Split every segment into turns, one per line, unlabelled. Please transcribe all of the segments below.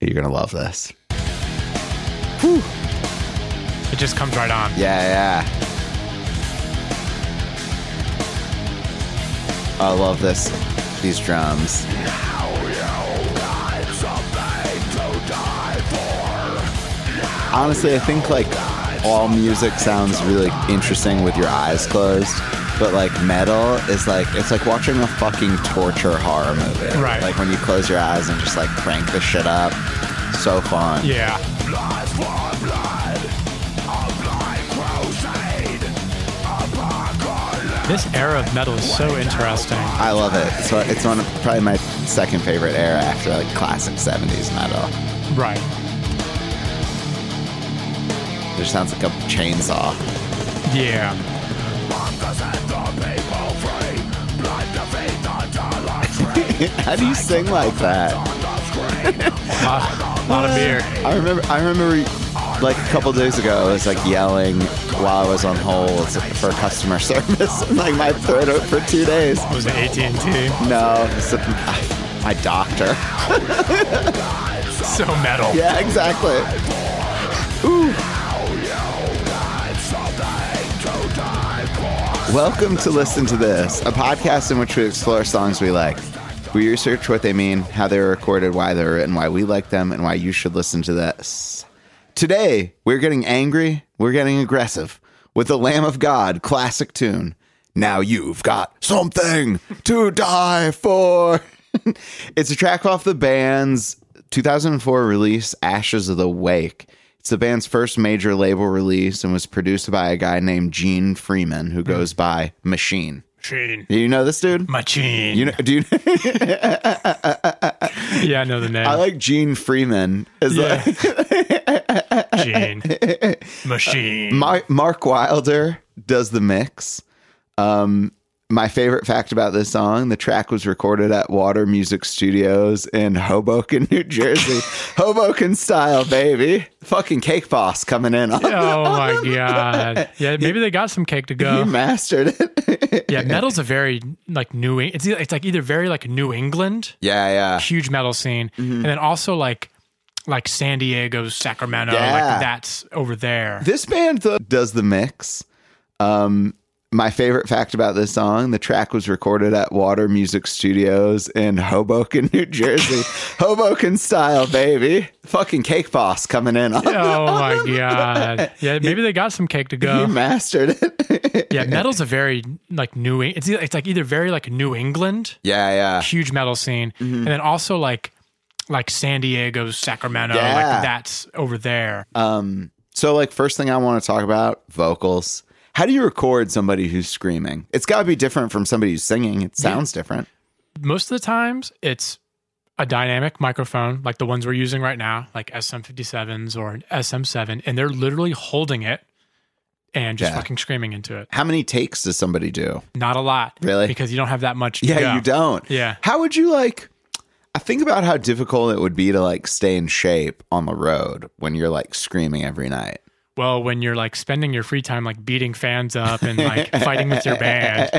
You're gonna love this.
It just comes right on.
Yeah, yeah. I love this. These drums. Honestly, I think like all music sounds really interesting with your eyes closed, but like metal is like it's like watching a fucking torture horror movie.
Right.
Like when you close your eyes and just like crank the shit up. So fun.
Yeah. This era of metal is so interesting.
I love it. It's, one- it's one of, probably my second favorite era after like classic 70s metal.
Right.
It just sounds like a chainsaw.
Yeah.
How do you sing like that?
A lot, lot of beer.
I remember I remember like a couple days ago I was like yelling while I was on hold for customer service and like my throat hurt for two days.
It was the AT&T.
No, it's a, my doctor.
So metal.
Yeah, exactly. Ooh. Welcome to Listen to This, a podcast in which we explore songs we like. We research what they mean, how they were recorded, why they were written, why we like them, and why you should listen to this. Today, we're getting angry, we're getting aggressive with the Lamb of God classic tune. Now you've got something to die for. it's a track off the band's 2004 release, Ashes of the Wake. It's the band's first major label release and was produced by a guy named Gene Freeman, who goes by Machine.
Machine.
Do you know this dude?
Machine.
You know, do you?
yeah, I know the name.
I like Gene Freeman. Is
yeah.
like
Gene. Machine.
Mar- Mark Wilder does the mix. Um, my favorite fact about this song: the track was recorded at Water Music Studios in Hoboken, New Jersey. Hoboken style, baby. Fucking Cake Boss coming in on.
oh my god. Yeah, maybe they got some cake to
He
go.
mastered it.
Yeah, metal's a very like New Eng- it's e- it's like either very like New England
yeah, yeah.
huge metal scene
Mm-hmm.
and then also like like San Diego, Sacramento,
Yeah.
like that's over there.
This band though, does the mix. Um, my favorite fact about this song: the track was recorded at Water Music Studios in Hoboken, New Jersey. Hoboken style, baby. Fucking Cake Boss coming in. On.
oh my god. Yeah, maybe they got some cake to
He
go.
mastered it.
Yeah, metal's a very like New Eng- it's e- it's like either very like New England
yeah, yeah.
huge metal scene
Mm-hmm.
and then also like like San Diego, Sacramento,
Yeah.
like that's over there.
So, like, first thing I want to talk about vocals. How do you record somebody who's screaming? It's got to be different from somebody who's singing. It sounds different.
most of the times it's a dynamic microphone like the ones we're using right now like sm57s or an sm7 and they're literally holding it and just
Yeah.
fucking screaming into it
How many takes does somebody do?
not a lot
Really?
because you don't have that much to
Yeah,
go.
you don't.
Yeah.
How would you like? I think about how difficult it would be to like stay in shape on the road when you're like screaming every night.
well when you're like spending your free time like beating fans up and like fighting with
Eh,
your band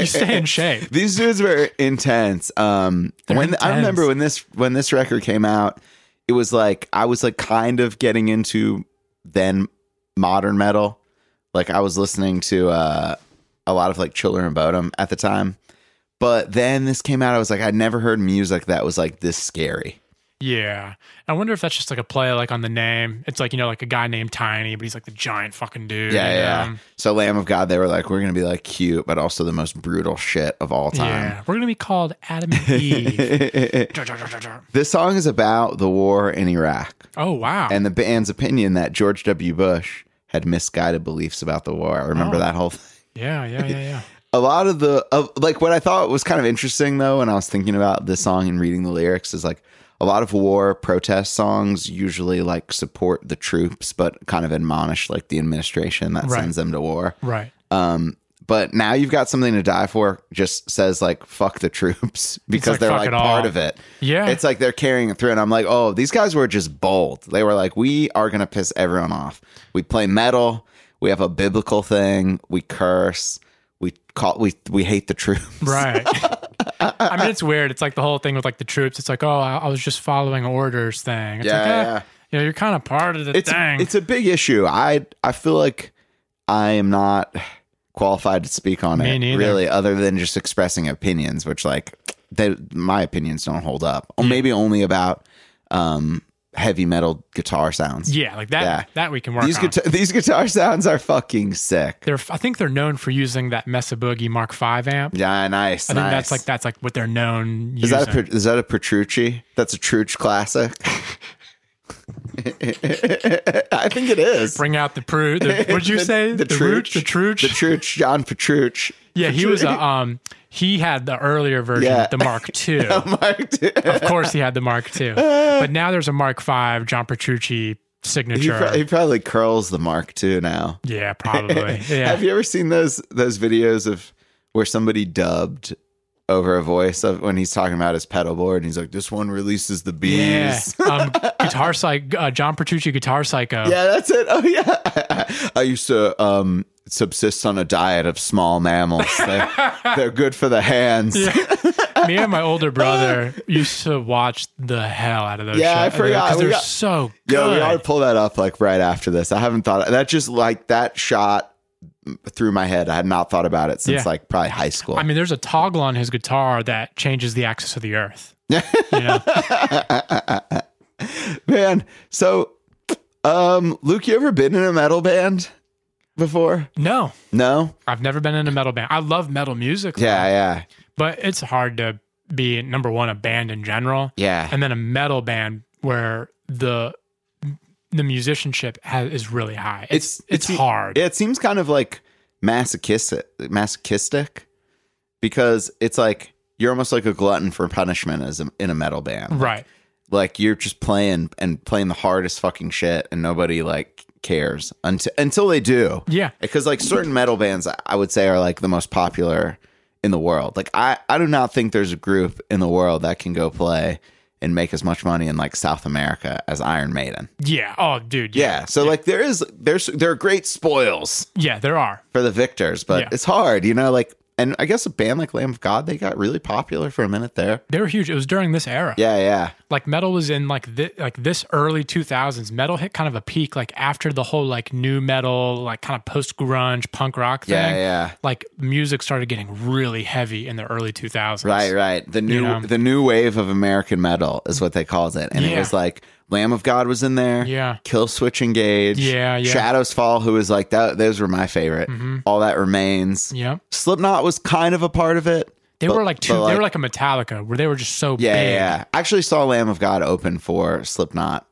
you stay in shape
These dudes were intense. Um, when I
intense.
remember when this when this record came out, it was like I was like kind of getting into then modern metal. Like I was listening to uh, a lot of like Children of Bodom at the time, but then this came out. I was like, I'd never heard music that was like this scary.
yeah i wonder if that's just like a play like on the name it's like you know like a guy named tiny but he's like the giant fucking dude Um,
Yeah,
you
yeah.
know?
So Lamb of God, they were like, we're gonna be like cute, but also the most brutal shit of all time.
yeah we're gonna be called adam and eve Jar, jar, jar, jar, jar.
This song is about the war in Iraq
Oh wow!
and the band's opinion that George W. Bush had misguided beliefs about the war. I remember
Oh.
that whole thing.
yeah, yeah, yeah, yeah.
A lot of the of, like what I thought was kind of interesting though, when I was thinking about this song and reading the lyrics, is like a lot of war protest songs usually like support the troops, but kind of admonish like the administration that
Right.
sends them to war.
right.
but now you've got something to die for just says like fuck the troops because
like,
they're
fuck
like
it all.
part of it
Yeah.
it's like they're carrying it through and i'm like oh these guys were just bold they were like we are gonna piss everyone off we play metal we have a biblical thing we curse we call we we hate the troops
Right. I mean, it's weird. It's like the whole thing with like the troops. It's like, oh, I, I was just following orders thing. It's
Yeah,
like, eh,
yeah.
You know, you're kind of part of the
it's
thing.
it's a big issue. I I feel like I am not qualified to speak on
Me
it
neither.
really, other than just expressing opinions, which like they, my opinions don't hold up. Or maybe only about um, heavy metal guitar sounds.
yeah, like that.
Yeah.
That we can work
These
on.
guitar, these guitar sounds are fucking sick.
they're, I think they're known for using that Mesa Boogie Mark V amp.
Yeah, nice.
I think
nice.
that's like that's like what they're known
Is
using.
that a Petr- is that a Petrucci? That's a Truch classic. I think it is.
Bring out the prude. The, what'd you
The-
say?
the
root, the
Truch.
truch.
The Truch, John Petruch.
yeah, he was a um. He had the earlier version,
Yeah.
the Mark II.
Mark II.
of course, he had the Mark II. But now there's a Mark V John Petrucci
He,
signature.
pro- he probably curls the Mark II now.
yeah, probably.
Have
Yeah.
you ever seen those those videos of where somebody dubbed over a voice of when he's talking about his pedal board and he's like, "This one releases the bees."
Yeah.
Yeah,
Um, guitar psych. Uh, John Petrucci, guitar psycho.
that's it. Oh yeah, I used to um, subsist on a diet of small mammals. They're, they're good for the hands. Yeah,
Me and my older brother used to watch the hell out of those.
Yeah, I
shows,
forgot.
because
We
they're
got-
so good.
Yo, we ought to pull that up like right after this. I haven't thought that. Just like that shot through my head. I had not thought about it since
Yeah.
like probably high school.
I mean, there's a toggle on his guitar that changes the axis of the Earth. You know?
Man, so um Luke, you ever been in a metal band before?
No,
No?
I've never been in a metal band. I love metal music,
Yeah, yeah.
but it's hard to be number one a band in general,
Yeah.
and then a metal band where the the musicianship has, is really high. It's it's,
it's-
hard.
Yeah, it seems kind of like masochistic masochistic because it's like you're almost like a glutton for punishment as a, in a metal band.
right.
Like you're just playing and playing the hardest fucking shit and nobody like cares until until they do.
Yeah.
because like certain metal bands I- i would say are like the most popular in the world like i i do not think there's a group in the world that can go play and make as much money in like south america as iron maiden
Yeah. Oh, dude.
yeah so like there is there's there are great spoils
Yeah, there are.
for the victors but
Yeah.
it's hard you know like and i guess a band like lamb of god they got really popular for a minute there
They were huge. It was during this era.
yeah yeah
Like metal was in like this, like this early 2000s. Metal hit kind of a peak like after the whole like new metal, like kind of post grunge punk rock thing.
yeah yeah
Like music started getting really heavy in the early 2000s.
Right, right. The new
know?
the new wave of American metal is what they calls it, and it
Yeah.
was like Lamb of God was in there.
Yeah.
Kill Switch Engage.
Yeah, yeah. Mm-hmm.
Shadows Fall, who was like that. Those were my favorite. All that remains.
Yeah.
Slipknot was kind of a part of it.
They
but-
were like two.
but,
they were like a Metallica where they were just so
yeah,
big.
yeah, yeah. I actually saw Lamb of God open for Slipknot.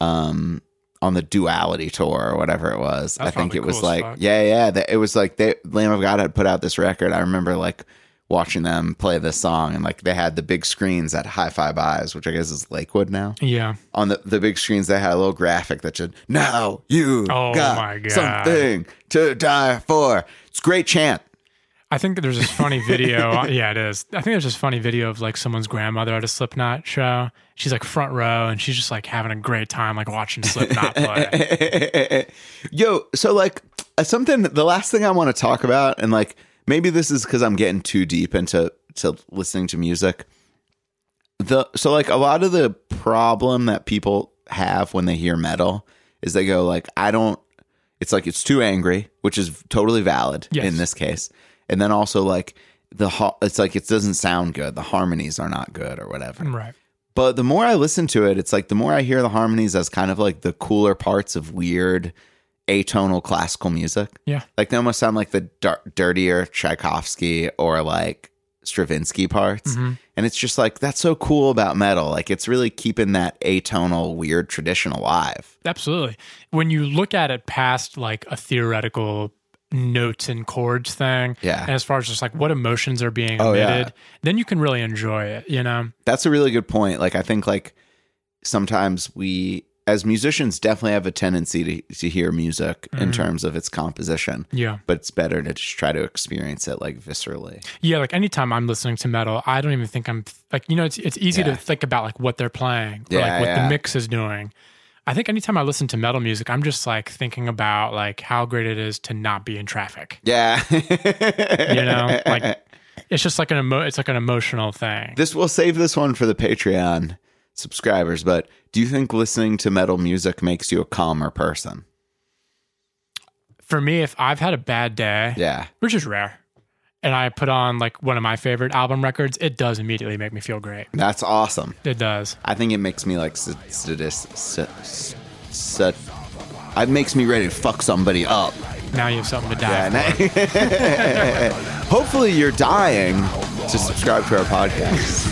Um. On the Duality tour or whatever it was,
That's
I think
probably
it was
cool as
like,
fuck.
yeah, yeah, that- it was like they, Lamb of God had put out this record. I remember like watching them play this song, and like they had the big screens at High Five Eyes, which I guess is Lakewood now.
Yeah.
On the, the big screens, they had a little graphic that said, "Now you
Oh
got
my God.
something to die for." It's a great chant.
I think that there's this funny video. yeah, it is. I think there's this funny video of like someone's grandmother at a Slipknot show. She's like front row and she's just like having a great time like watching Slipknot play.
Yo, so like uh, something the last thing I want to talk about and like maybe this is cuz I'm getting too deep into to listening to music. The so like a lot of the problem that people have when they hear metal is they go like I don't it's like it's too angry, which is totally valid
Yes.
in this case. And then also like the ho- it's like it doesn't sound good. The harmonies are not good or whatever.
right.
But the more I listen to it, it's like the more I hear the harmonies as kind of like the cooler parts of weird atonal classical music.
Yeah.
Like they almost sound like the dar- dirtier Tchaikovsky or like Stravinsky
Mm-hmm.
parts. And it's just like, that's so cool about metal. Like it's really keeping that atonal, weird tradition alive.
Absolutely. When you look at it past like a theoretical notes and chords thing,
Yeah.
and as far as just like what emotions are being
Oh, yeah.
emitted, then you can really enjoy it, you know?
That's a really good point. Like I think like sometimes we as musicians definitely have a tendency to, to hear music
Mm-hmm.
in terms of its composition.
Yeah.
but it's better to just try to experience it like viscerally.
Yeah, like anytime I'm listening to metal, I don't even think I'm like you know it's it's easy
Yeah.
to think about like what they're playing or
Yeah,
like what
yeah.
the mix is doing. I think anytime I listen to metal music, I'm just like thinking about like how great it is to not be in traffic.
Yeah.
You know, like It's just like an emo- it's like an emotional thing.
This we'll save this one for the Patreon subscribers, but do you think listening to metal music makes you a calmer person?
For me, if I've had a bad day,
Yeah.
which is rare, and I put on like one of my favorite album records, it does immediately make me feel great.
That's awesome.
It does.
I think it makes me like s- sadist. s- s- sat- It makes me ready to fuck somebody up.
Now you have something to die.
And I- Hopefully, you're dying to subscribe to our podcast.